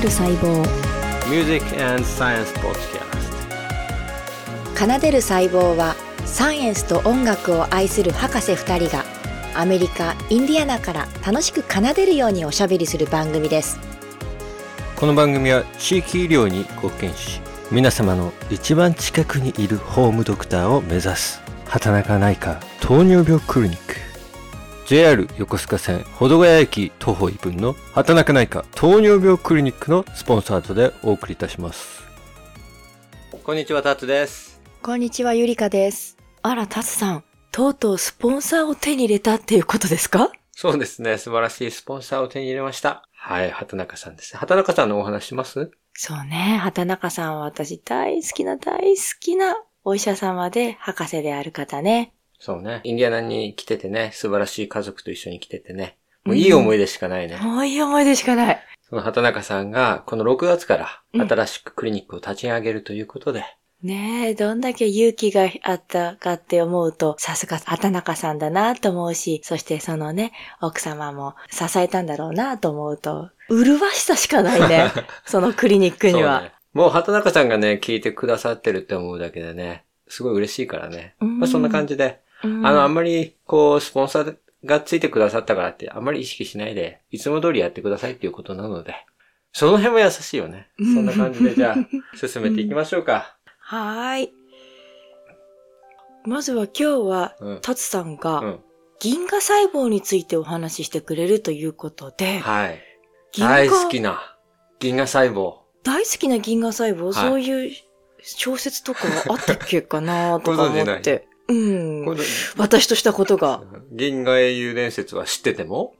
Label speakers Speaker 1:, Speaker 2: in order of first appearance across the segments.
Speaker 1: る細胞
Speaker 2: Music and Science Podcast.
Speaker 1: 奏でる細胞はサイエンスと音楽を愛する博士2人がアメリカ・インディアナから楽しく奏でるようにおしゃべりする番組です
Speaker 2: この番組は地域医療に貢献し、皆様の一番近くにいるホームドクターを目指す、畑中内科糖尿病クリニック。JR 横須賀線保土ヶ谷駅徒歩1分の畑中内科糖尿病クリニックのスポンサードでお送りいたします。こんにちは、タツです。
Speaker 1: こんにちはゆりかですあらタツさんとうとうスポンサーを手に入れたっていうことですか
Speaker 2: そうですね。素晴らしいスポンサーを手に入れました。はい、畑中さんですね。畑中さんのお話します
Speaker 1: そうね畑中さんは私大好きな大好きなお医者様で博士である方ね
Speaker 2: そうね。インディアナに来ててね、素晴らしい家族と一緒に来ててね。もういい思い出しかないね。
Speaker 1: もういい思い出しかない
Speaker 2: その畑中さんが、この6月から
Speaker 1: うん
Speaker 2: 新しくクリニックを立ち上げるということで、
Speaker 1: ねえ、どんだけ勇気があったかって思うと、さすが畑中さんだなと思うし、そしてそのね、奥様も支えたんだろうなと思うと、麗しさしかない ね。そのクリニックに
Speaker 2: そう
Speaker 1: は。
Speaker 2: ね。もう畑中さんがね、聞いてくださってるって思うだけでね、すごい嬉しいからね。まあ、そんな感じで、
Speaker 1: じ。うん
Speaker 2: あの、あんまり、こう、スポンサーがついてくださったからって、あんまり意識しないで、いつも通りやってくださいっていうことなので、その辺も優しいよね。そんな感じで、じゃあ、進めていきましょう か。
Speaker 1: はーい。まずは今日は、
Speaker 2: うん。
Speaker 1: タツさん
Speaker 2: う
Speaker 1: が
Speaker 2: ん。
Speaker 1: 銀河細胞についてお話ししてくれるということで、
Speaker 2: はい。
Speaker 1: 銀河
Speaker 2: 大好きな、銀河細胞。
Speaker 1: 大好きな銀河細胞、
Speaker 2: い
Speaker 1: そういう小説とかあったっけかなとか思
Speaker 2: ご
Speaker 1: っ
Speaker 2: 存知な
Speaker 1: て。う
Speaker 2: こ
Speaker 1: ん。
Speaker 2: の
Speaker 1: 私としたことが。
Speaker 2: 銀河英雄伝説は知ってても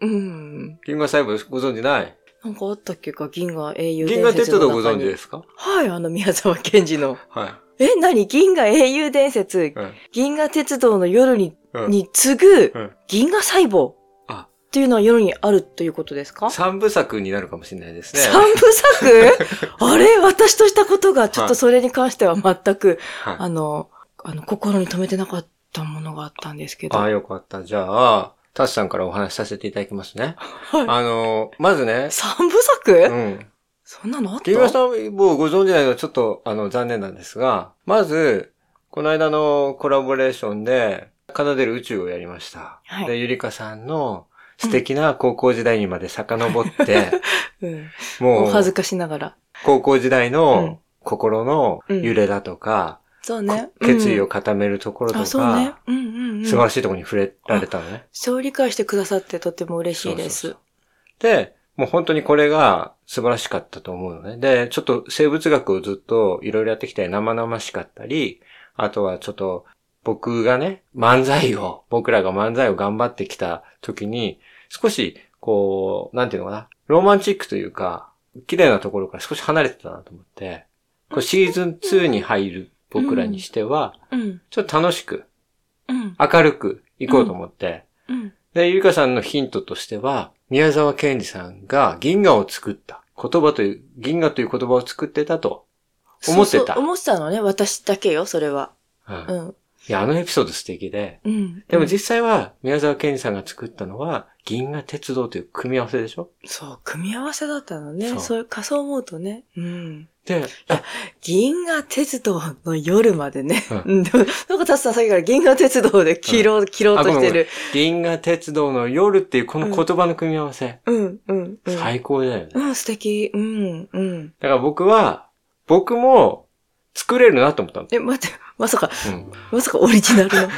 Speaker 1: うん。
Speaker 2: 銀河細胞ご存じない
Speaker 1: なんかあったっけか、銀河英雄
Speaker 2: 銀
Speaker 1: 伝
Speaker 2: 河鉄
Speaker 1: 説の中
Speaker 2: 道
Speaker 1: に。
Speaker 2: ご存知ですか
Speaker 1: はい、あの宮沢賢治の。
Speaker 2: は
Speaker 1: え、何銀河英雄伝説
Speaker 2: い。。うん。
Speaker 1: 銀河鉄道の夜に、
Speaker 2: うん
Speaker 1: に次ぐ
Speaker 2: うん、
Speaker 1: 銀河細胞。
Speaker 2: あ
Speaker 1: っていうのは夜にあるということですか
Speaker 2: 三部作になるかもしれないですね。
Speaker 1: 三部 作あれ私としたことが、ちょっとそれに関しては全く、
Speaker 2: はい
Speaker 1: あの、あの、心に留めてなかったものがあったんですけど。
Speaker 2: あ
Speaker 1: は
Speaker 2: あ、
Speaker 1: い。
Speaker 2: よかった。じゃあ、タスさんからお話しさせていただきますね。あの、まずね、
Speaker 1: 三部作、
Speaker 2: うん。
Speaker 1: そんなのあった
Speaker 2: 銀河細胞をご存じないのはちょっと、あの、残念なんですが、まず、この間のコラボレーションで、奏でる宇宙をやりました。
Speaker 1: はい
Speaker 2: で、ゆりかさんの素敵な高校時代にまで遡 って、
Speaker 1: うん。
Speaker 2: も
Speaker 1: お
Speaker 2: う、
Speaker 1: 恥ずかしながら。
Speaker 2: 高校時代の心の
Speaker 1: うん
Speaker 2: 揺れだとか、
Speaker 1: そうね。
Speaker 2: こ決意
Speaker 1: うん
Speaker 2: を固めるところと
Speaker 1: あ、そうね
Speaker 2: か、。
Speaker 1: うんうんうん。
Speaker 2: 素晴らしいところに触れられたのね。
Speaker 1: そう理解してくださってとても嬉しいで
Speaker 2: そう
Speaker 1: す
Speaker 2: そう。そうで、もう本当にこれが素晴らしかったと思うのね。で、ちょっと生物学をずっといろいろやってきて生々しかったり、あとはちょっと僕がね、漫才を、僕らが漫才を頑張ってきた時に、少し、こう、なんていうのかな、ロマンチックというか、綺麗なところから少し離れてたなと思って、こうシーズン2に入る僕らにしては、
Speaker 1: うん。
Speaker 2: ちょっと楽しく、
Speaker 1: うん。
Speaker 2: 明るく行こうと思って、
Speaker 1: うん。
Speaker 2: で、ゆりかさんのヒントとしては、宮沢賢治さんが銀河を作った。言葉という、銀河という言葉を作ってたと。思ってた
Speaker 1: そうそう思ってたのね。私だけよ、それは。
Speaker 2: うん
Speaker 1: う
Speaker 2: い
Speaker 1: ん。
Speaker 2: や、あのエピソード素敵で。
Speaker 1: うん。
Speaker 2: でも実際は、宮沢賢治さんが作ったのは、銀河鉄道という組み合わせでしょ
Speaker 1: そう、組み合わせだったのね。そ
Speaker 2: そうう
Speaker 1: いう仮想思うとね。うん。
Speaker 2: で、あ
Speaker 1: 銀河鉄道の夜までね。
Speaker 2: うん
Speaker 1: うん。でもなんかタスさんさっきから銀河鉄道で切ろう、切ろうとしてる。
Speaker 2: 銀河鉄道の夜っていうこの言葉の組み合わせ、
Speaker 1: うん、うん、うん。
Speaker 2: 最高だよね。
Speaker 1: うん、素敵。うん、うん。
Speaker 2: だから僕は、僕も作れるなと思っ たの。
Speaker 1: え、待って、まさか、
Speaker 2: うん
Speaker 1: まさかオリジナル の。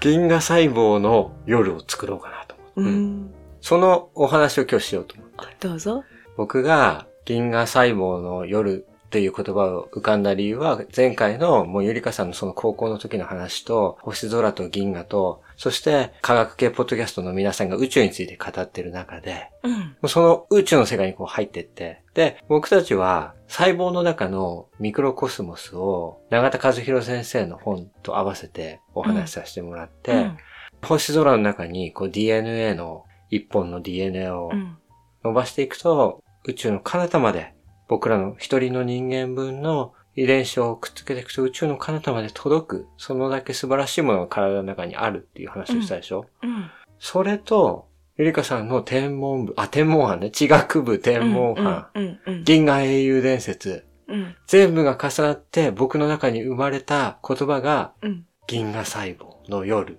Speaker 2: 銀河細胞の夜を作ろうかなと思って。
Speaker 1: うん。う
Speaker 2: うん
Speaker 1: ん。
Speaker 2: そのお話を今日しようと思って。
Speaker 1: どうぞ。
Speaker 2: 僕が銀河細胞の夜っていう言葉を浮かんだ理由は、前回のもうゆりかさんのその高校の時の話と、星空と銀河と、そして科学系ポッドキャストの皆さんが宇宙について語ってる中で、
Speaker 1: うん。
Speaker 2: もうその宇宙の世界にこう入ってって、で、僕たちは細胞の中のミクロコスモスを永田和弘先生の本と合わせてお話しさせてもらって、
Speaker 1: うん
Speaker 2: 星空の中にこう DNA の、一本の DNA を
Speaker 1: うん。
Speaker 2: 伸ばしていくと、宇宙の彼方まで、僕らの一人の人間分の遺伝子をくっつけていくと宇宙の彼方まで届く、そのだけ素晴らしいものが体の中にあるっていう話をしたでしょ、
Speaker 1: うん。
Speaker 2: それと、ゆりかさんの天文部、あ、天文班ね。地学部天文班。
Speaker 1: うんうんうん
Speaker 2: 銀河英雄伝説。
Speaker 1: うん
Speaker 2: 全部が重なって僕の中に生まれた言葉が
Speaker 1: うん。
Speaker 2: 銀河細胞の夜。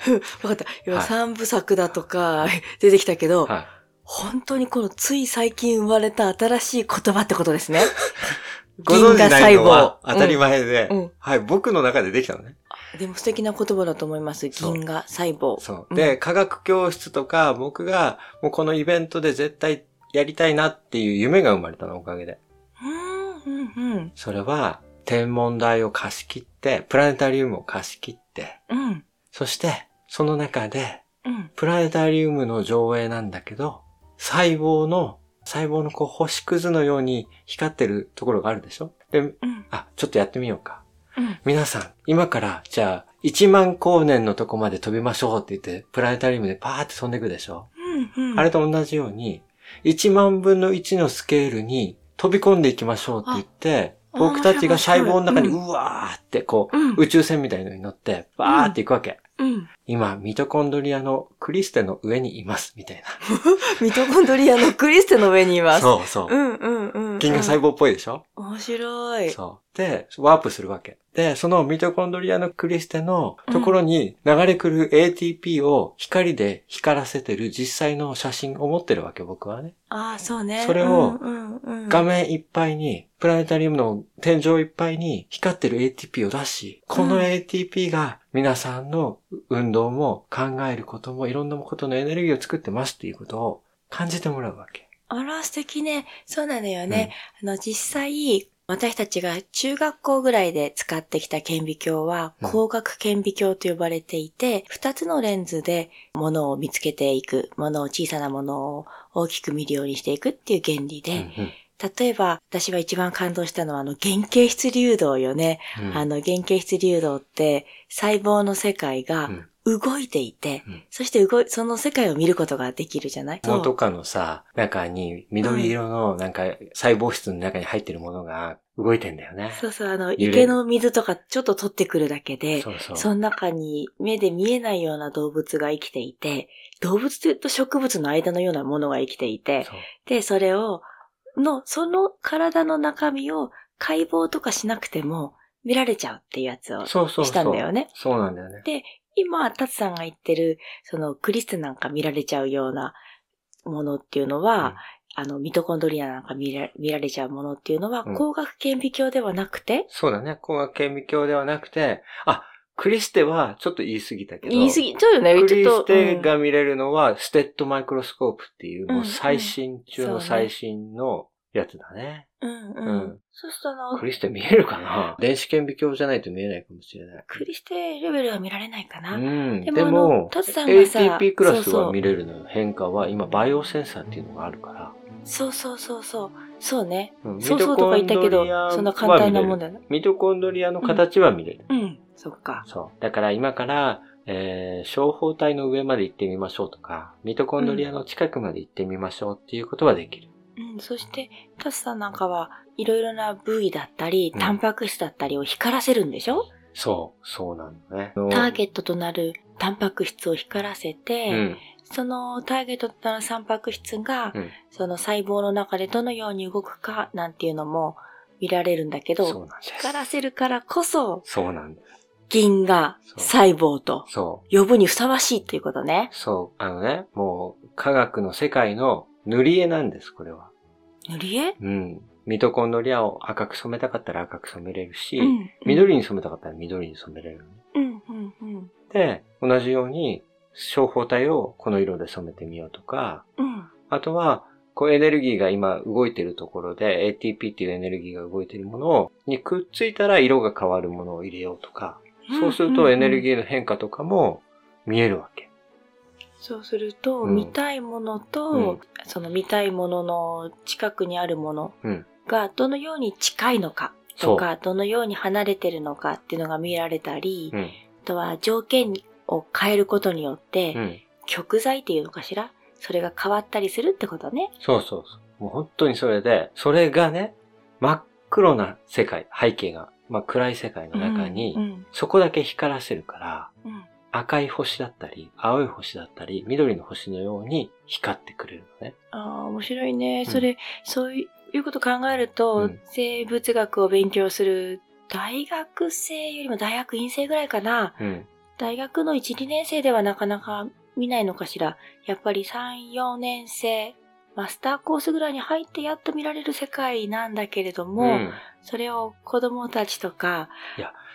Speaker 1: ふわかった。今、
Speaker 2: はい
Speaker 1: 三部作だとか 出てきたけど、
Speaker 2: はい。
Speaker 1: 本当にこのつい最近生まれた新しい言葉ってことですね。
Speaker 2: ご存じないのは当たり前で、
Speaker 1: うんうん
Speaker 2: はい、僕の中でできたのね。
Speaker 1: でも素敵な言葉だと思います。
Speaker 2: そう
Speaker 1: 銀河細胞。
Speaker 2: そう。で、科学教室とか、僕が、もうこのイベントで絶対やりたいなっていう夢が生まれたのおかげで。
Speaker 1: うん、うん、うん。
Speaker 2: それは、天文台を貸し切って、プラネタリウムを貸し切って、
Speaker 1: うん、
Speaker 2: そして、その中で、
Speaker 1: うん。
Speaker 2: プラネタリウムの上映なんだけど、細胞の、細胞のこう星屑のように光ってるところがあるでしょで、
Speaker 1: うん、
Speaker 2: あ、ちょっとやってみようか。
Speaker 1: うん。
Speaker 2: 皆さん、今から、じゃあ、1万光年のとこまで飛びましょうって言って、プラネタリウムでパーって飛んでいくでしょ
Speaker 1: うん、うん。
Speaker 2: あれと同じように、1万分の1のスケールに飛び込んでいきましょうって言って、
Speaker 1: あ
Speaker 2: 僕たちが細胞の中に
Speaker 1: 面白いう
Speaker 2: わーってこ
Speaker 1: うん、
Speaker 2: う、宇宙船みたいのに乗って、バーっていくわけ。
Speaker 1: うん。
Speaker 2: 今、ミトコンドリアのクリステの上にいます、みたい
Speaker 1: ミトコンドリアのクリステの上にいま
Speaker 2: な。
Speaker 1: す。
Speaker 2: そうそう
Speaker 1: う。ん、うん、うん。
Speaker 2: 銀河細胞っぽいでしょ、
Speaker 1: 胞。面白い。
Speaker 2: そう。で、ワープするわけ。で、そのミトコンドリアのクリステのところに流れ来る ATP を光で光らせてる実際の写真を持ってるわけ、僕はね。
Speaker 1: ああ、そうね。
Speaker 2: それを
Speaker 1: うん、うん、うん。
Speaker 2: 画面いっぱいに、プラネタリウムの天井いっぱいに光ってる ATP を出し、こ
Speaker 1: う
Speaker 2: の
Speaker 1: ん
Speaker 2: ATP が皆さんの運動も考えることもいろんなことのエネルギーを作ってますっていうことを感じてもらうわけ。
Speaker 1: あら、素敵ね。そうなのよね。あの、実際、私たちが中学校ぐらいで使ってきた顕微鏡は、
Speaker 2: うん
Speaker 1: 光学顕微鏡と呼ばれていて、二つのレンズで物を見つけていく、物を小さなものを大きく見るようにしていくっていう原理
Speaker 2: うん
Speaker 1: で、例えば、私は一番感動したのは、あの、原型質流動よね。
Speaker 2: うんうん
Speaker 1: あの、原型質流動って、細胞の世界が動いていて、
Speaker 2: うん
Speaker 1: そして動い、その世界を見ることができるじゃない
Speaker 2: 紐とかのさ、中に緑色のなんか細胞質の中に入ってるものが動いてんだよね。
Speaker 1: そうそう、あの、
Speaker 2: れる
Speaker 1: 池の水とかちょっと取ってくるだけで、
Speaker 2: そうそう。
Speaker 1: その中に目で見えないような動物が生きていて、動物と植物の間のようなものが生きていて、
Speaker 2: そう
Speaker 1: で、それを、の、その体の中身を解剖とかしなくても見られちゃうっていうやつを
Speaker 2: そうそうそう。
Speaker 1: したんだよね。
Speaker 2: そうなんだよね。
Speaker 1: 今、タツさんが言ってる、そのクリステなんか見られちゃうようなものっていうのは、あの、ミトコンドリアなんか見ら見られちゃうものっていうのは、
Speaker 2: うん
Speaker 1: 光学顕微鏡ではなくて、
Speaker 2: そうだね。光学顕微鏡ではなくて、あ、クリステはちょっと言い過ぎたけど。
Speaker 1: 言い過ぎ、ちょっとね、
Speaker 2: ク
Speaker 1: ちょ
Speaker 2: リ
Speaker 1: っと。
Speaker 2: ステ
Speaker 1: うん
Speaker 2: が見れるのは、ステッドマイクロスコープっていう、
Speaker 1: うん
Speaker 2: もう最新中
Speaker 1: そう
Speaker 2: の
Speaker 1: ね
Speaker 2: 最新のやつだね。
Speaker 1: うんうん。
Speaker 2: うん
Speaker 1: そうするとあの
Speaker 2: ク、リステ見えるかな電子顕微鏡じゃないと見えないかもしれない。
Speaker 1: クリステレベルは見られないかな。
Speaker 2: うん。
Speaker 1: で
Speaker 2: で
Speaker 1: もあの
Speaker 2: も、
Speaker 1: タツさんがさ
Speaker 2: ATP クラ
Speaker 1: そ
Speaker 2: ス
Speaker 1: うそ
Speaker 2: は
Speaker 1: う
Speaker 2: 見れるのよ。変化は、今、バイオセンサーっていうのがあるから。
Speaker 1: そうそうそうそう。そうね。
Speaker 2: うん
Speaker 1: そうそうとか言ったけど
Speaker 2: ミトコンドリアは、
Speaker 1: そんな簡単なもん
Speaker 2: 見れる
Speaker 1: だな。
Speaker 2: ミトコンドリアの形は見れる。
Speaker 1: うん。そっか。
Speaker 2: そう。だから今から、えー、小胞体の上まで行ってみましょうとか、ミトコンドリアの近くまで行ってみましょうっていうことはできる。
Speaker 1: うん。そして、タツさんなんかはいろいろな部位だったり
Speaker 2: う、ん
Speaker 1: タンパク質だったりを光らせるんでしょ、
Speaker 2: そう、そうなんだね。
Speaker 1: ターゲットとなるタンパク質を光らせて、
Speaker 2: うん、
Speaker 1: そのターゲットとなるタンパク質が、
Speaker 2: うん
Speaker 1: その細胞の中でどのように動くかなんていうのも見られるんだけ
Speaker 2: そう
Speaker 1: ど、
Speaker 2: なんです。
Speaker 1: 光らせるからこそ、
Speaker 2: そうなんです。
Speaker 1: 銀河
Speaker 2: そう
Speaker 1: 細胞と
Speaker 2: そう。
Speaker 1: 呼ぶにふさわしいっていうことね。
Speaker 2: そう。あのね、もう、科学の世界の塗り絵なんです、これは。
Speaker 1: 塗り絵
Speaker 2: うん。ミトコンドリアを赤く染めたかったら赤く染めれるし、
Speaker 1: うん。
Speaker 2: 緑に染めたかったら緑に染めれる。
Speaker 1: うん、うん、うん。
Speaker 2: で、同じように、小胞体をこの色で染めてみようとか、
Speaker 1: うん。
Speaker 2: あとは、こうエネルギーが今動いてるところで ATP っていうエネルギーが動いてるものをにくっついたら色が変わるものを入れようとか、そうするとエネル
Speaker 1: ー。
Speaker 2: ギーの変化とかも見えるわけ。
Speaker 1: そうすると、
Speaker 2: うん
Speaker 1: 見たいものと、
Speaker 2: うん
Speaker 1: その見たいものの近くにあるもの
Speaker 2: うん
Speaker 1: がどのように近いのか
Speaker 2: そ
Speaker 1: と
Speaker 2: う。
Speaker 1: か、どのように離れてるのかっていうのが見られたり、
Speaker 2: うん。
Speaker 1: あとは条件を変えることによって、
Speaker 2: うん。
Speaker 1: 極材っていうのかしらそれが変わったりするってことね。
Speaker 2: そうそうそう。もう本当にそれで、それがね、真っ黒な世界、背景が、まあ暗い世界の中に、
Speaker 1: うん、
Speaker 2: そこだけ光らせるから、
Speaker 1: うん、
Speaker 2: 赤い星だったり、青い星だったり、緑の星のように光ってくれるのね。
Speaker 1: ああ、面白いね。
Speaker 2: うん
Speaker 1: それ、そういうこと考えると、
Speaker 2: うん
Speaker 1: 生物学を勉強する大学生よりも大学院生ぐらいかな。
Speaker 2: うん。
Speaker 1: 大学の1、2年生ではなかなか見ないのかしら。やっぱり3、4年生、マスターコースぐらいに入ってやっと見られる世界なんだけれども、
Speaker 2: ん、
Speaker 1: それを子供たちとか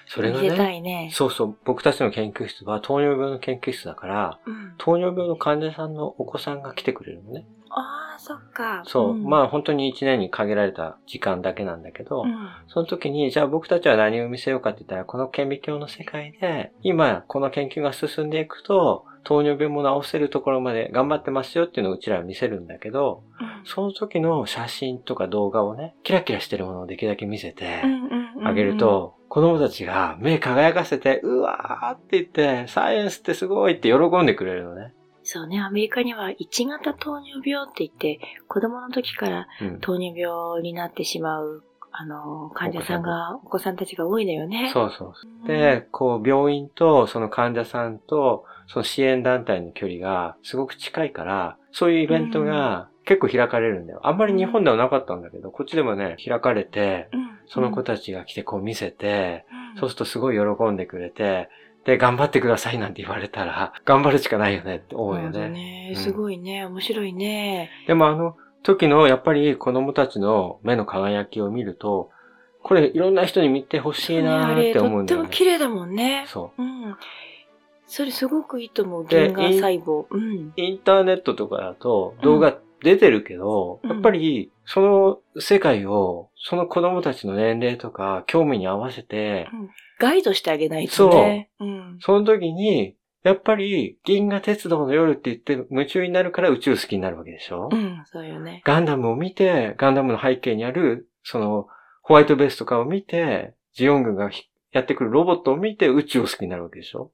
Speaker 2: それが
Speaker 1: 見せた
Speaker 2: ね、
Speaker 1: いね。
Speaker 2: そうそう、僕たちの研究室は糖尿病の研究室だから、
Speaker 1: うん、
Speaker 2: 糖尿病の患者さんのお子さんが来てくれるのね。
Speaker 1: ああ、そっか。
Speaker 2: そう、ま
Speaker 1: あ、
Speaker 2: あ本当に1年に限られた時間だけなんだけど、
Speaker 1: うん
Speaker 2: その時に、じゃあ僕たちは何を見せようかって言ったら、この顕微鏡の世界で、今、この研究が進んでいくと、糖尿病も治せるところまで頑張ってますよっていうのをうちらは見せるんだけど、
Speaker 1: うん
Speaker 2: その時の写真とか動画をね、キラキラしてるものをできるだけ見せて
Speaker 1: うんうんうんうん
Speaker 2: あげる、と、子供たちが目輝かせて、うわーって言って、サイエンスってすごいって喜んでくれるのね。
Speaker 1: そうね、アメリカには1型糖尿病って言って、子供の時から
Speaker 2: うん。
Speaker 1: 糖尿病になってしまう、あの、患者さんが、お子さんたちが多いのよね。
Speaker 2: そうそう。
Speaker 1: うん
Speaker 2: で、こう、病院と、その患者さんと、その支援団体の距離がすごく近いから、そういうイベントが結構開かれるんだよ。あんまり日本ではなかったんだけど、こっちでもね、開かれて、
Speaker 1: うん、
Speaker 2: その子たちが来てこう見せて、
Speaker 1: うん、
Speaker 2: そうするとすごい喜んでくれて、で、頑張ってください なんて言われたら、頑張るしかないよねって思うよ
Speaker 1: そうだ
Speaker 2: ね。
Speaker 1: ね
Speaker 2: う。ん
Speaker 1: すごいね、面白いね。
Speaker 2: でもあの時のやっぱり子供たちの目の輝きを見ると、これいろんな人に見てほしいなーって思うんだよ
Speaker 1: とっても
Speaker 2: ね。
Speaker 1: 綺麗だもんね。
Speaker 2: そう。
Speaker 1: うん。それすごくいいと思う、
Speaker 2: で
Speaker 1: 銀河細胞。うん。
Speaker 2: インターネットとかだと動画出てるけど、
Speaker 1: うん
Speaker 2: やっぱりその世界をその子供たちの年齢とか興味に合わせて、
Speaker 1: ガイドしてあげないとね。そう。うん。
Speaker 2: その時に、やっぱり銀河鉄道の夜って言って夢中になるから宇宙好きになるわけでしょ、
Speaker 1: うん、そうよね。
Speaker 2: ガンダムを見て、ガンダムの背景にある、そのホワイトベースとかを見て、ジオン軍がひやってくるロボットを見て宇宙を好きになるわけでしょ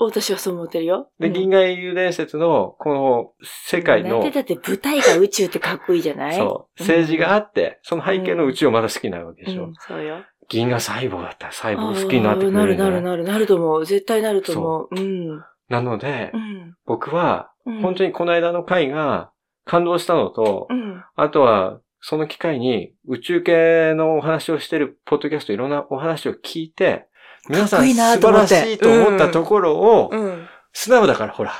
Speaker 1: 私はそう思ってるよ。
Speaker 2: で、
Speaker 1: うん
Speaker 2: 銀河英雄伝説のこの世界の、
Speaker 1: だってだって舞台が宇宙ってかっこいいじゃない
Speaker 2: そう。
Speaker 1: うん
Speaker 2: 政治があって、その背景のうちをまだ好きになるわけでしょ。
Speaker 1: うん、そうよ。
Speaker 2: 銀河細胞だったら細胞好きになってく
Speaker 1: あーな
Speaker 2: れる
Speaker 1: る
Speaker 2: んだ
Speaker 1: なる
Speaker 2: よ。
Speaker 1: なるなると思う。絶対なると思う。うん。
Speaker 2: なので、
Speaker 1: うん。
Speaker 2: 僕は、
Speaker 1: うん
Speaker 2: 本当にこの間の回が感動したのと、
Speaker 1: うん。
Speaker 2: あとは、その機会に宇宙系のお話をしてるポッドキャストいろんなお話を聞いて、皆さ
Speaker 1: かっこ
Speaker 2: ん
Speaker 1: いい
Speaker 2: 素
Speaker 1: な
Speaker 2: 晴
Speaker 1: と思
Speaker 2: ら
Speaker 1: っ
Speaker 2: していと思ったところを、
Speaker 1: うん。
Speaker 2: 素直だから、ほら、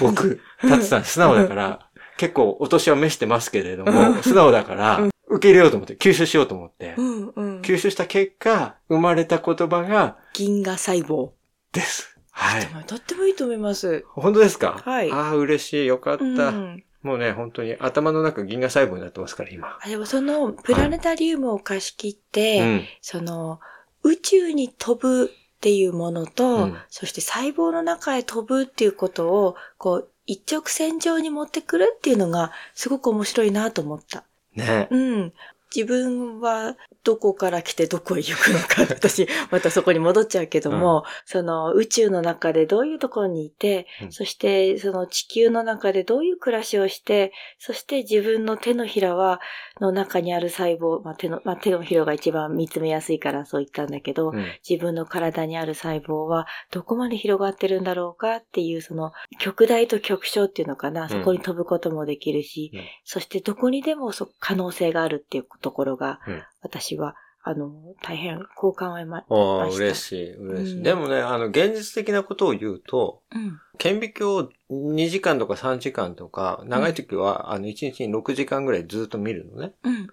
Speaker 2: 僕、タツさん素直だから、結構お年は召してますけれども、素直だから、受け入れようと思って、吸収しようと思って
Speaker 1: う、ん。うん。
Speaker 2: 吸収した結果、生まれた言葉が、
Speaker 1: 銀河細胞。
Speaker 2: です。はい。
Speaker 1: とってもいいと思います。
Speaker 2: 本当ですか
Speaker 1: はい
Speaker 2: ああ、嬉しい。よかった。
Speaker 1: うん。
Speaker 2: もうね、本当に頭の中銀河細胞になってますから、今。
Speaker 1: あでもそのプラネタリウムを貸し切って、
Speaker 2: うん。
Speaker 1: その宇宙に飛ぶっていうものと、
Speaker 2: うん
Speaker 1: そして細胞の中へ飛ぶっていうことを、こう、一直線上に持ってくるっていうのがすごく面白いなと思った。
Speaker 2: ね。
Speaker 1: うん。自分はどこから来てどこへ行くのか、 私、またそこに戻っちゃうけども、その宇宙の中でどういうところにいて、
Speaker 2: うん
Speaker 1: そしてその地球の中でどういう暮らしをして、そして自分の手のひらは、の中にある細胞、まあ、手の、まあ、手のひらが一番見つめやすいからそう言ったんだけど、
Speaker 2: うん。
Speaker 1: 自分の体にある細胞はどこまで広がってるんだろうかっていうその極大と極小っていうのかな、そこに飛ぶこともできるし、
Speaker 2: うん
Speaker 1: そしてどこにでもそ可能性があるっていうところが、
Speaker 2: うん
Speaker 1: 私はあの大変好感を得ま、
Speaker 2: ああ、
Speaker 1: ました
Speaker 2: 嬉しい。嬉しい。
Speaker 1: うん
Speaker 2: でもね、あの、現実的なことを言うと、
Speaker 1: うん、
Speaker 2: 顕微鏡を2時間とか3時間とか、長い時は、あの、1日に6時間ぐらいずっと見るのね。
Speaker 1: うん、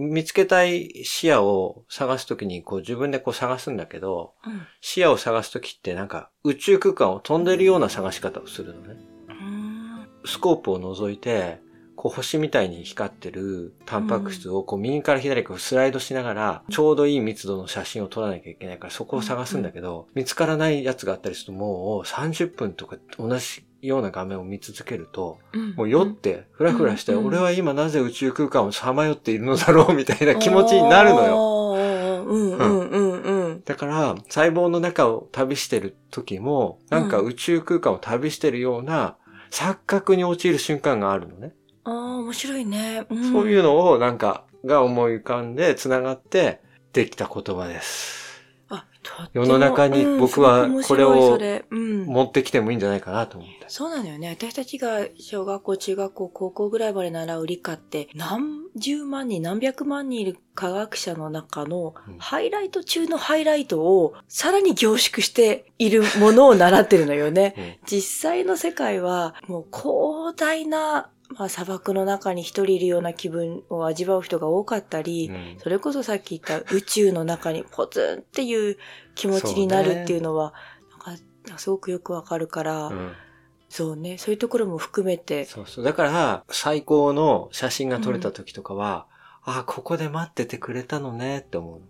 Speaker 1: うん、
Speaker 2: 見つけたい視野を探すときに、こう自分でこう探すんだけど、視野を探すときってなんか宇宙空間を飛んでるような探し方をするのね。
Speaker 1: うん、
Speaker 2: スコープを覗いて、こう星みたいに光ってるタンパク質をこう右から左へこうスライドしながら、ちょうどいい密度の写真を撮らなきゃいけないからそこを探すんだけど、見つからないやつがあったりするともう30分とか同じような画面を見続けると、
Speaker 1: うん。
Speaker 2: もう酔ってフラフラして、
Speaker 1: うん
Speaker 2: 俺は今なぜ宇宙空間をさまよっているのだろうみたいな気持ちになるのよ。
Speaker 1: よ。うん、うん、うん、うん。
Speaker 2: だから、細胞の中を旅してる時も、なんか
Speaker 1: うん
Speaker 2: 宇宙空間を旅してるような錯覚に陥る瞬間があるのね。
Speaker 1: ああ、面白いね。ん
Speaker 2: そういうのをなんか、が思い浮かんで繋がってできた言葉です。
Speaker 1: あとっても
Speaker 2: 世の中に
Speaker 1: うん
Speaker 2: 僕
Speaker 1: す
Speaker 2: は
Speaker 1: ごく面白い
Speaker 2: これを
Speaker 1: それうんうん。
Speaker 2: 持ってきてもいいんじゃないかなと思って。
Speaker 1: そうなのよね。私たちが小学校、中学校、高校ぐらいまで習う理科って、何十万人、何百万人いる科学者の中の
Speaker 2: うん、
Speaker 1: ハイライト中のハイライトを、さらに凝縮しているものを習ってるのよね。
Speaker 2: うん
Speaker 1: 実際の世界は、もう広大な、まあ砂漠の中に一人いるような気分を味わう人が多かったり、
Speaker 2: うん
Speaker 1: それこそさっき言った宇宙の中にポツンっていう気持ちになるっていうのは、なんかなんかすごくよくわかるから、
Speaker 2: うん
Speaker 1: そうね、そういうところも含めて、
Speaker 2: そうそう。だから、最高の写真が撮れた時とかは、ああ、ここで待っててくれたのねって思う。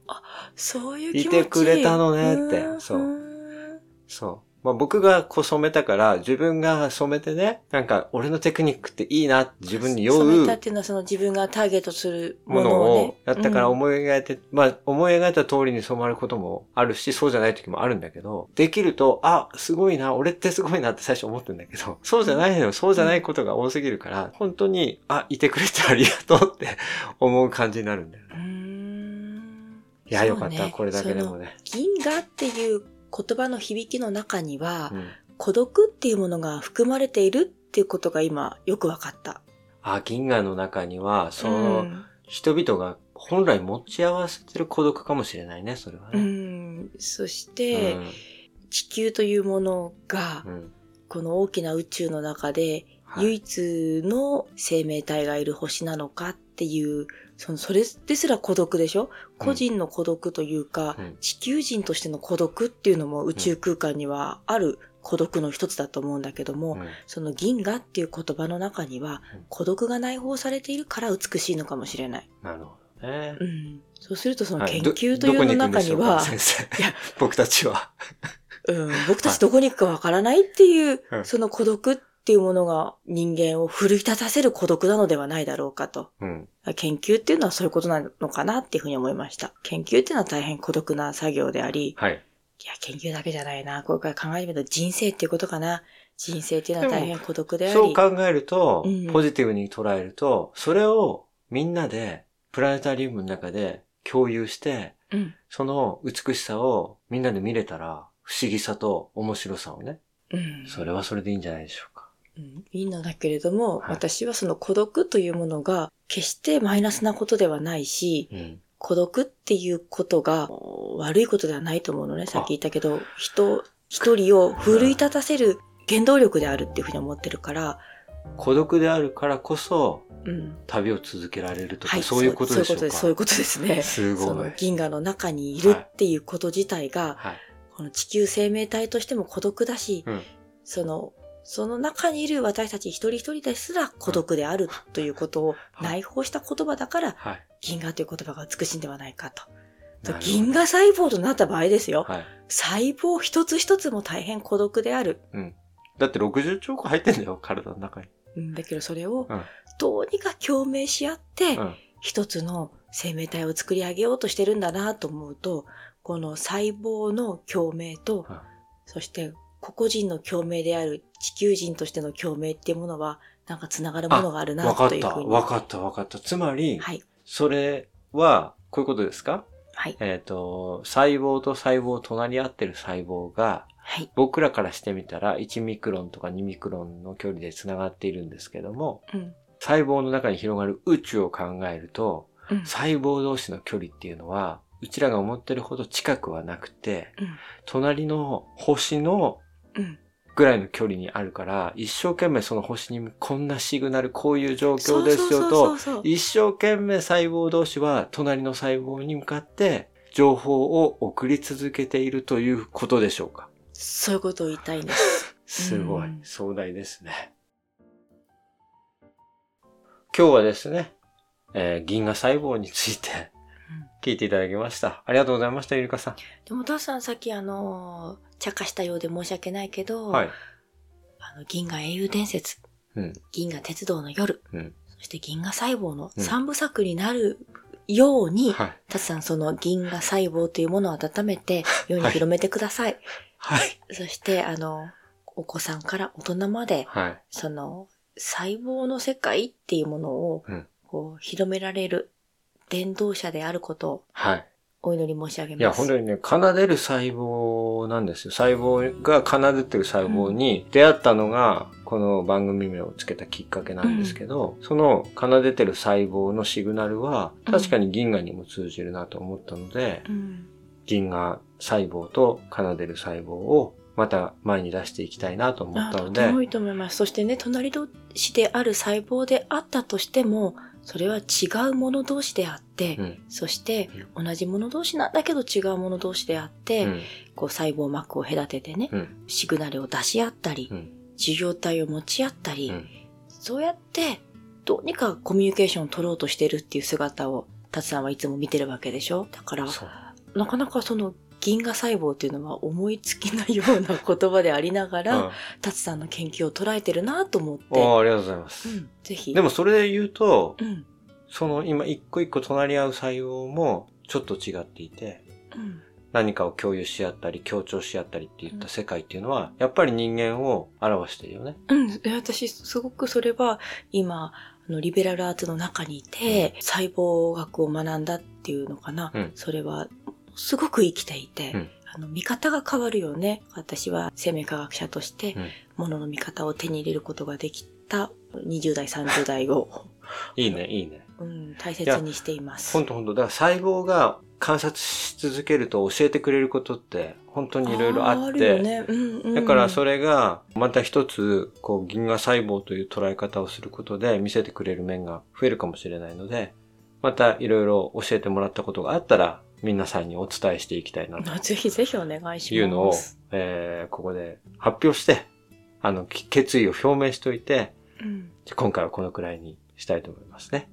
Speaker 1: そういう気持ち
Speaker 2: いてくれたのねって
Speaker 1: うーん
Speaker 2: そう
Speaker 1: ーん
Speaker 2: そう。まあ僕がこう染めたから、自分が染めてね、なんか俺のテクニックっていいなって自分に酔
Speaker 1: 染めたっ
Speaker 2: う
Speaker 1: ていうのはその自分がターゲットする
Speaker 2: も
Speaker 1: も
Speaker 2: の
Speaker 1: のを
Speaker 2: を
Speaker 1: ね。
Speaker 2: やったから
Speaker 1: うん
Speaker 2: 思い描いて、まあ思い描いた通りに染まることもあるし、そうじゃない時もあるんだけど、できると、あ、すごいな、俺ってすごいなって最初思ってんだけど、そうじゃないのよ、そうじゃないことが多すぎるから、本当に、あ、いてくれてありがとうって 思う感じになるんだよね。
Speaker 1: うーん
Speaker 2: いや、
Speaker 1: そうね
Speaker 2: よかった、これだけでもね。
Speaker 1: 銀河っていう言葉の響きの中には、
Speaker 2: うん
Speaker 1: 孤独っていうものが含まれているっていうことが今よくわかった。
Speaker 2: あ、銀河の中には、そうの、
Speaker 1: ん
Speaker 2: 人々が本来持ち合わせてる孤独かもしれないね、それは
Speaker 1: う
Speaker 2: ね。
Speaker 1: ん、そし
Speaker 2: う
Speaker 1: て、
Speaker 2: ん
Speaker 1: 地球というものが、
Speaker 2: うん
Speaker 1: この大きな宇宙の中で、
Speaker 2: はい
Speaker 1: 唯一の生命体がいる星なのかっていう、その、それですら孤独でしょ個人の孤独というか、
Speaker 2: うん
Speaker 1: 地球人としての孤独っていうのも宇宙空間にはある孤独の一つだと思うんだけども、
Speaker 2: うん
Speaker 1: その銀河っていう言葉の中には
Speaker 2: うん、
Speaker 1: 孤独が内包されているから美しいのかもしれない。
Speaker 2: なるほどね
Speaker 1: う。ん。そうするとその
Speaker 2: は
Speaker 1: 研
Speaker 2: ど
Speaker 1: 究というの中には、
Speaker 2: どこ行くんでしょうか先
Speaker 1: いや
Speaker 2: 生。僕たちは。
Speaker 1: うん、僕たちどこに行くかわからないっていう、
Speaker 2: うん
Speaker 1: その孤独っていうものが人間を奮い立たせる孤独なのではないだろうかと。
Speaker 2: うん。
Speaker 1: 研究っていうのはそういうことなのかなっていうふうに思いました。研究っていうのは大変孤独な作業であり、
Speaker 2: はい。
Speaker 1: いや、研究だけじゃないな。これから考えてみると人生っていうことかな。人生っていうのは大変孤独であり。
Speaker 2: そう考えると
Speaker 1: うん、
Speaker 2: ポジティブに捉えると、それをみんなで、プラネタリウムの中で共有して、
Speaker 1: うん。
Speaker 2: その美しさをみんなで見れたら、不思議さと面白さをね、
Speaker 1: うん。
Speaker 2: それはそれでいいんじゃないでしょうか。
Speaker 1: うんいいのだけれども、
Speaker 2: はい
Speaker 1: 私はその孤独というものが決してマイナスなことではないし、
Speaker 2: うん。
Speaker 1: 孤独っていうことがお悪いことではないと思うのね。さっき言ったけど、人、一人を奮い立たせる原動力であるっていうふうに思ってるから、
Speaker 2: 孤独であるからこそ、
Speaker 1: うん。
Speaker 2: 旅を続けられるとか、
Speaker 1: はい。
Speaker 2: そういうことでしょうか。
Speaker 1: そういうことです。そういうことですね。
Speaker 2: す
Speaker 1: そ
Speaker 2: ご
Speaker 1: の
Speaker 2: い。
Speaker 1: 銀河の中にいるっていうこと自体が、
Speaker 2: はい。
Speaker 1: この地球生命体としても孤独だし、
Speaker 2: うん
Speaker 1: その、その中にいる私たち一人一人ですら孤独であるということを
Speaker 2: はい
Speaker 1: 内包した言葉だから、
Speaker 2: はい。
Speaker 1: 銀河という言葉が美しいんではないかと。と
Speaker 2: なるほど
Speaker 1: 銀河細胞となった場合ですよ。
Speaker 2: はい。
Speaker 1: 細胞一つ一つも大変孤独である。
Speaker 2: だって60兆個入ってんだよ、体の中に。
Speaker 1: うんだけどそれを
Speaker 2: うん
Speaker 1: どうにか共鳴し合って
Speaker 2: うん、
Speaker 1: 一つの生命体を作り上げようとしてるんだなと思うと、この細胞の共鳴と
Speaker 2: うん、
Speaker 1: そして個々人の共鳴である地球人としての共鳴っていうものは、なんか繋がるものがあるな
Speaker 2: わかっ
Speaker 1: という
Speaker 2: た、
Speaker 1: ふうに。
Speaker 2: わかった、わかった。つまり、
Speaker 1: はい。
Speaker 2: それは、こういうことですか
Speaker 1: はい。
Speaker 2: えっ、と、細胞と細胞、隣り合ってる細胞が、
Speaker 1: はい。
Speaker 2: 僕らからしてみたら1ミクロンとか2ミクロンの距離で繋がっているんですけども、
Speaker 1: うん。
Speaker 2: 細胞の中に広がる宇宙を考えると、
Speaker 1: うん。
Speaker 2: 細胞同士の距離っていうのは、うちらが思ってるほど近くはなくて、
Speaker 1: うん
Speaker 2: 隣の星の
Speaker 1: うん。
Speaker 2: ぐらいの距離にあるから、一生懸命その星にこんなシグナル、こういう状況ですよ
Speaker 1: そ
Speaker 2: と
Speaker 1: う、そうそうそう。
Speaker 2: 一生懸命細胞同士は隣の細胞に向かって情報を送り続けているということでしょうか。
Speaker 1: そういうことを言いたいんです。
Speaker 2: すごい
Speaker 1: うん。
Speaker 2: 壮大ですね。今日はですね、えー銀河細胞について
Speaker 1: うん
Speaker 2: 聞いていただきました。ありがとうございました、ゆりかさ
Speaker 1: でも、ダーさんさっきあのー、茶化したようで申し訳ないけど、
Speaker 2: ん。はい。
Speaker 1: あの、銀河英雄伝説、
Speaker 2: うん
Speaker 1: 銀河鉄道の夜、
Speaker 2: うん
Speaker 1: そして銀河細胞の
Speaker 2: うん
Speaker 1: 三部作になるように、
Speaker 2: はい。
Speaker 1: たつさんその銀河細胞というものを温めて世に広めてください。
Speaker 2: はい。
Speaker 1: そして、あの、お子さんから大人まで、
Speaker 2: はい。
Speaker 1: その、細胞の世界っていうものを、
Speaker 2: うん
Speaker 1: こう、広められる伝道者であることを
Speaker 2: はい。
Speaker 1: お祈り申し上げます。
Speaker 2: いや、本当にね、奏でる細胞なんですよ。細胞が奏でてる細胞に出会ったのが、この番組名をつけたきっかけなんですけど、その奏でてる細胞のシグナルは、
Speaker 1: うん
Speaker 2: 確かに銀河にも通じるなと思ったので、
Speaker 1: うん。
Speaker 2: 銀河細胞と奏でる細胞を、また前に出していきたいなと思
Speaker 1: あ
Speaker 2: った
Speaker 1: と
Speaker 2: の
Speaker 1: ても
Speaker 2: で、
Speaker 1: いいと思います。そしてね、隣同士である細胞であったとしても、それは違うもの同士であって、
Speaker 2: うん
Speaker 1: そして同じもの同士なんだけど違うもの同士であって、
Speaker 2: うん
Speaker 1: こう細胞膜を隔ててね、
Speaker 2: うん
Speaker 1: シグナルを出し合ったり、
Speaker 2: うん
Speaker 1: 受容体を持ち合ったり、
Speaker 2: うん
Speaker 1: そうやってどうにかコミュニケーションを取ろうとしてるっていう姿を、達さんはいつも見てるわけでしょだから、
Speaker 2: そう
Speaker 1: なかなかその銀河細胞っていうのは思いつきないような言葉でありながら、
Speaker 2: うん
Speaker 1: 達さんの研究を捉えてるなと思って、
Speaker 2: おーありがとうございます。
Speaker 1: うん、ぜひ。
Speaker 2: でもそれで言うと、
Speaker 1: うん、
Speaker 2: その今一個一個隣り合う細胞もちょっと違っていて、
Speaker 1: うん、
Speaker 2: 何かを共有し合ったり、協調し合ったりっていっ
Speaker 1: うん
Speaker 2: た世界っていうのは、やっぱり人間を表してるよね。
Speaker 1: うん、え私すごくそれは今、あの、リベラルアーツの中にいて、細胞学を学んだっていうのかな。
Speaker 2: うん
Speaker 1: それは、すごく生きていて、
Speaker 2: うん
Speaker 1: あの、見方が変わるよね。私は生命科学者として
Speaker 2: うん、
Speaker 1: ものの見方を手に入れることができた20代、30代を、
Speaker 2: いいね、いいね。
Speaker 1: うん、大切にしています。
Speaker 2: ほんとほんと。だから細胞が観察し続けると教えてくれることって、本当にいろいろあっ
Speaker 1: るよ
Speaker 2: て、
Speaker 1: ね。うん、うん。
Speaker 2: だからそれが、また一つ、こう、銀河細胞という捉え方をすることで見せてくれる面が増えるかもしれないので、またいろいろ教えてもらったことがあったら、皆さんにお伝えしていきたいなと
Speaker 1: あぜひぜひお願いします。
Speaker 2: いうのを、えーここで発表して、あの、き決意を表明しておいて、
Speaker 1: うん。
Speaker 2: じゃ今回はこのくらいにしたいと思いますね。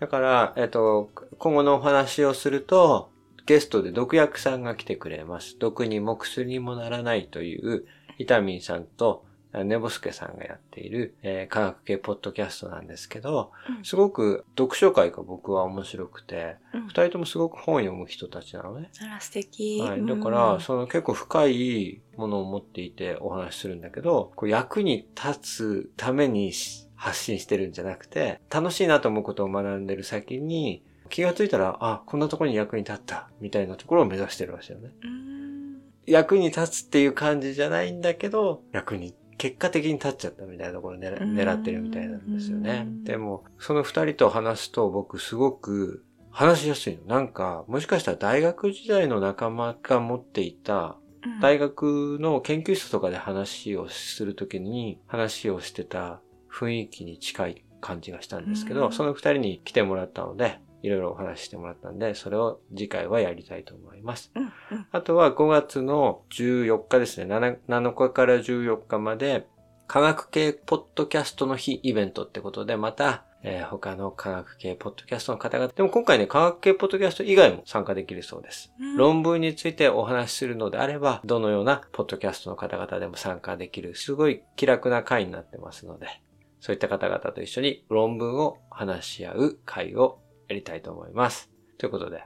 Speaker 2: だから、えっ、と、今後のお話をすると、ゲストで毒薬さんが来てくれます。毒にも薬にもならないという、イタミンさんと、あネボスケさんがやっている、えー科学系ポッドキャストなんですけど、
Speaker 1: うん
Speaker 2: すごく読書会が僕は面白くて、
Speaker 1: うん
Speaker 2: 二人ともすごく本を読む人たちなのね。
Speaker 1: あら、素敵。
Speaker 2: はい。
Speaker 1: う
Speaker 2: だ
Speaker 1: ん
Speaker 2: から、その結構深いものを持っていてお話しするんだけど、こう役に立つためにし発信してるんじゃなくて、楽しいなと思うことを学んでる先に、気がついたら、あ、こんなところに役に立った、みたいなところを目指してるわけよね。
Speaker 1: うん
Speaker 2: 役に立つっていう感じじゃないんだけど、役に、結果的に立っちゃったみたいなところを狙
Speaker 1: うん
Speaker 2: 狙ってるみたいなんですよね
Speaker 1: う。ん
Speaker 2: でも、その二人と話すと僕すごく話しやすいの。なんか、もしかしたら大学時代の仲間が持っていた、
Speaker 1: うん
Speaker 2: 大学の研究室とかで話をするときに話をしてた雰囲気に近い感じがしたんですけ
Speaker 1: う
Speaker 2: ど、
Speaker 1: ん
Speaker 2: その二人に来てもらったので、いろいろお話ししてもらったんで、それを次回はやりたいと思います。
Speaker 1: うんうん
Speaker 2: あとは5月の14日ですね。7, 7日から14日まで、科学系ポッドキャストの日イベントってことで、また、えー他の科学系ポッドキャストの方々、でも今回ね、科学系ポッドキャスト以外も参加できるそうです。
Speaker 1: うん
Speaker 2: 論文についてお話しするのであれば、どのようなポッドキャストの方々でも参加できる、すごい気楽な会になってますので、そういった方々と一緒に論文を話し合う会をやりたいと思います。ということで、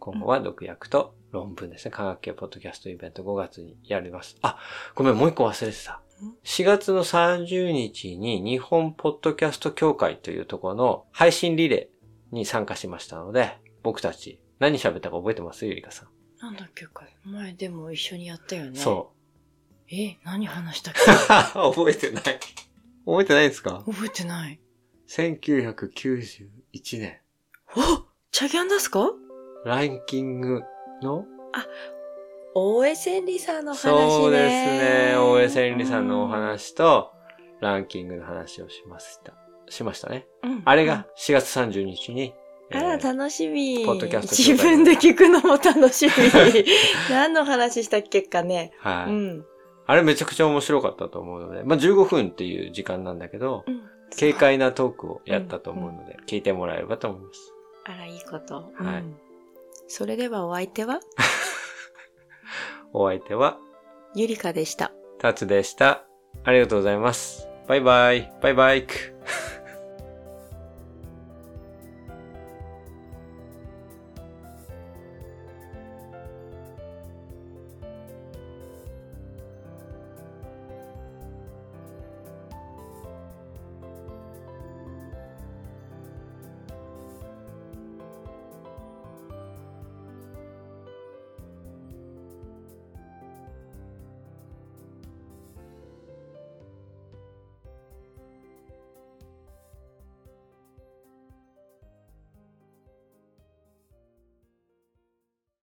Speaker 2: 今後は毒薬と論文ですね。科学系ポッドキャストイベント5月にやります。あ、ごめん、もう一個忘れてた
Speaker 1: ん。
Speaker 2: 4月の30日に日本ポッドキャスト協会というところの配信リレーに参加しましたので、僕たち何喋ったか覚えてますゆりかさん。
Speaker 1: なんだっけか。前でも一緒にやったよね。。
Speaker 2: そう
Speaker 1: え、何話したっけ
Speaker 2: う。 覚えてない。覚えてないですか
Speaker 1: 覚えてない。
Speaker 2: ?1991 年、
Speaker 1: おチャギアンダスか
Speaker 2: ランキングの
Speaker 1: 大江千里さんの話ね。
Speaker 2: そうですね。大江千里さんのお話と、ランキングの話をしました。しましたね。
Speaker 1: うん。うん
Speaker 2: あれが4月30日に、
Speaker 1: あら、
Speaker 2: えー
Speaker 1: 楽しみ。
Speaker 2: ポッドキャスト
Speaker 1: 自分で聞くのも楽 しみ。 何の話したっけかね。
Speaker 2: は
Speaker 1: う
Speaker 2: い、
Speaker 1: ん。
Speaker 2: あれめちゃくちゃ面白かったと思うので、まあ、15分っていう時間なんだけど
Speaker 1: う、ん
Speaker 2: 軽快なトークをやったと思うので、聞いてもらえればと思います。
Speaker 1: あら、いいこと。
Speaker 2: はい
Speaker 1: うんそれではお相手は、
Speaker 2: お相手は、
Speaker 1: ゆりかでした。
Speaker 2: タツでした。ありがとうございます。バイバイ。バイバイク。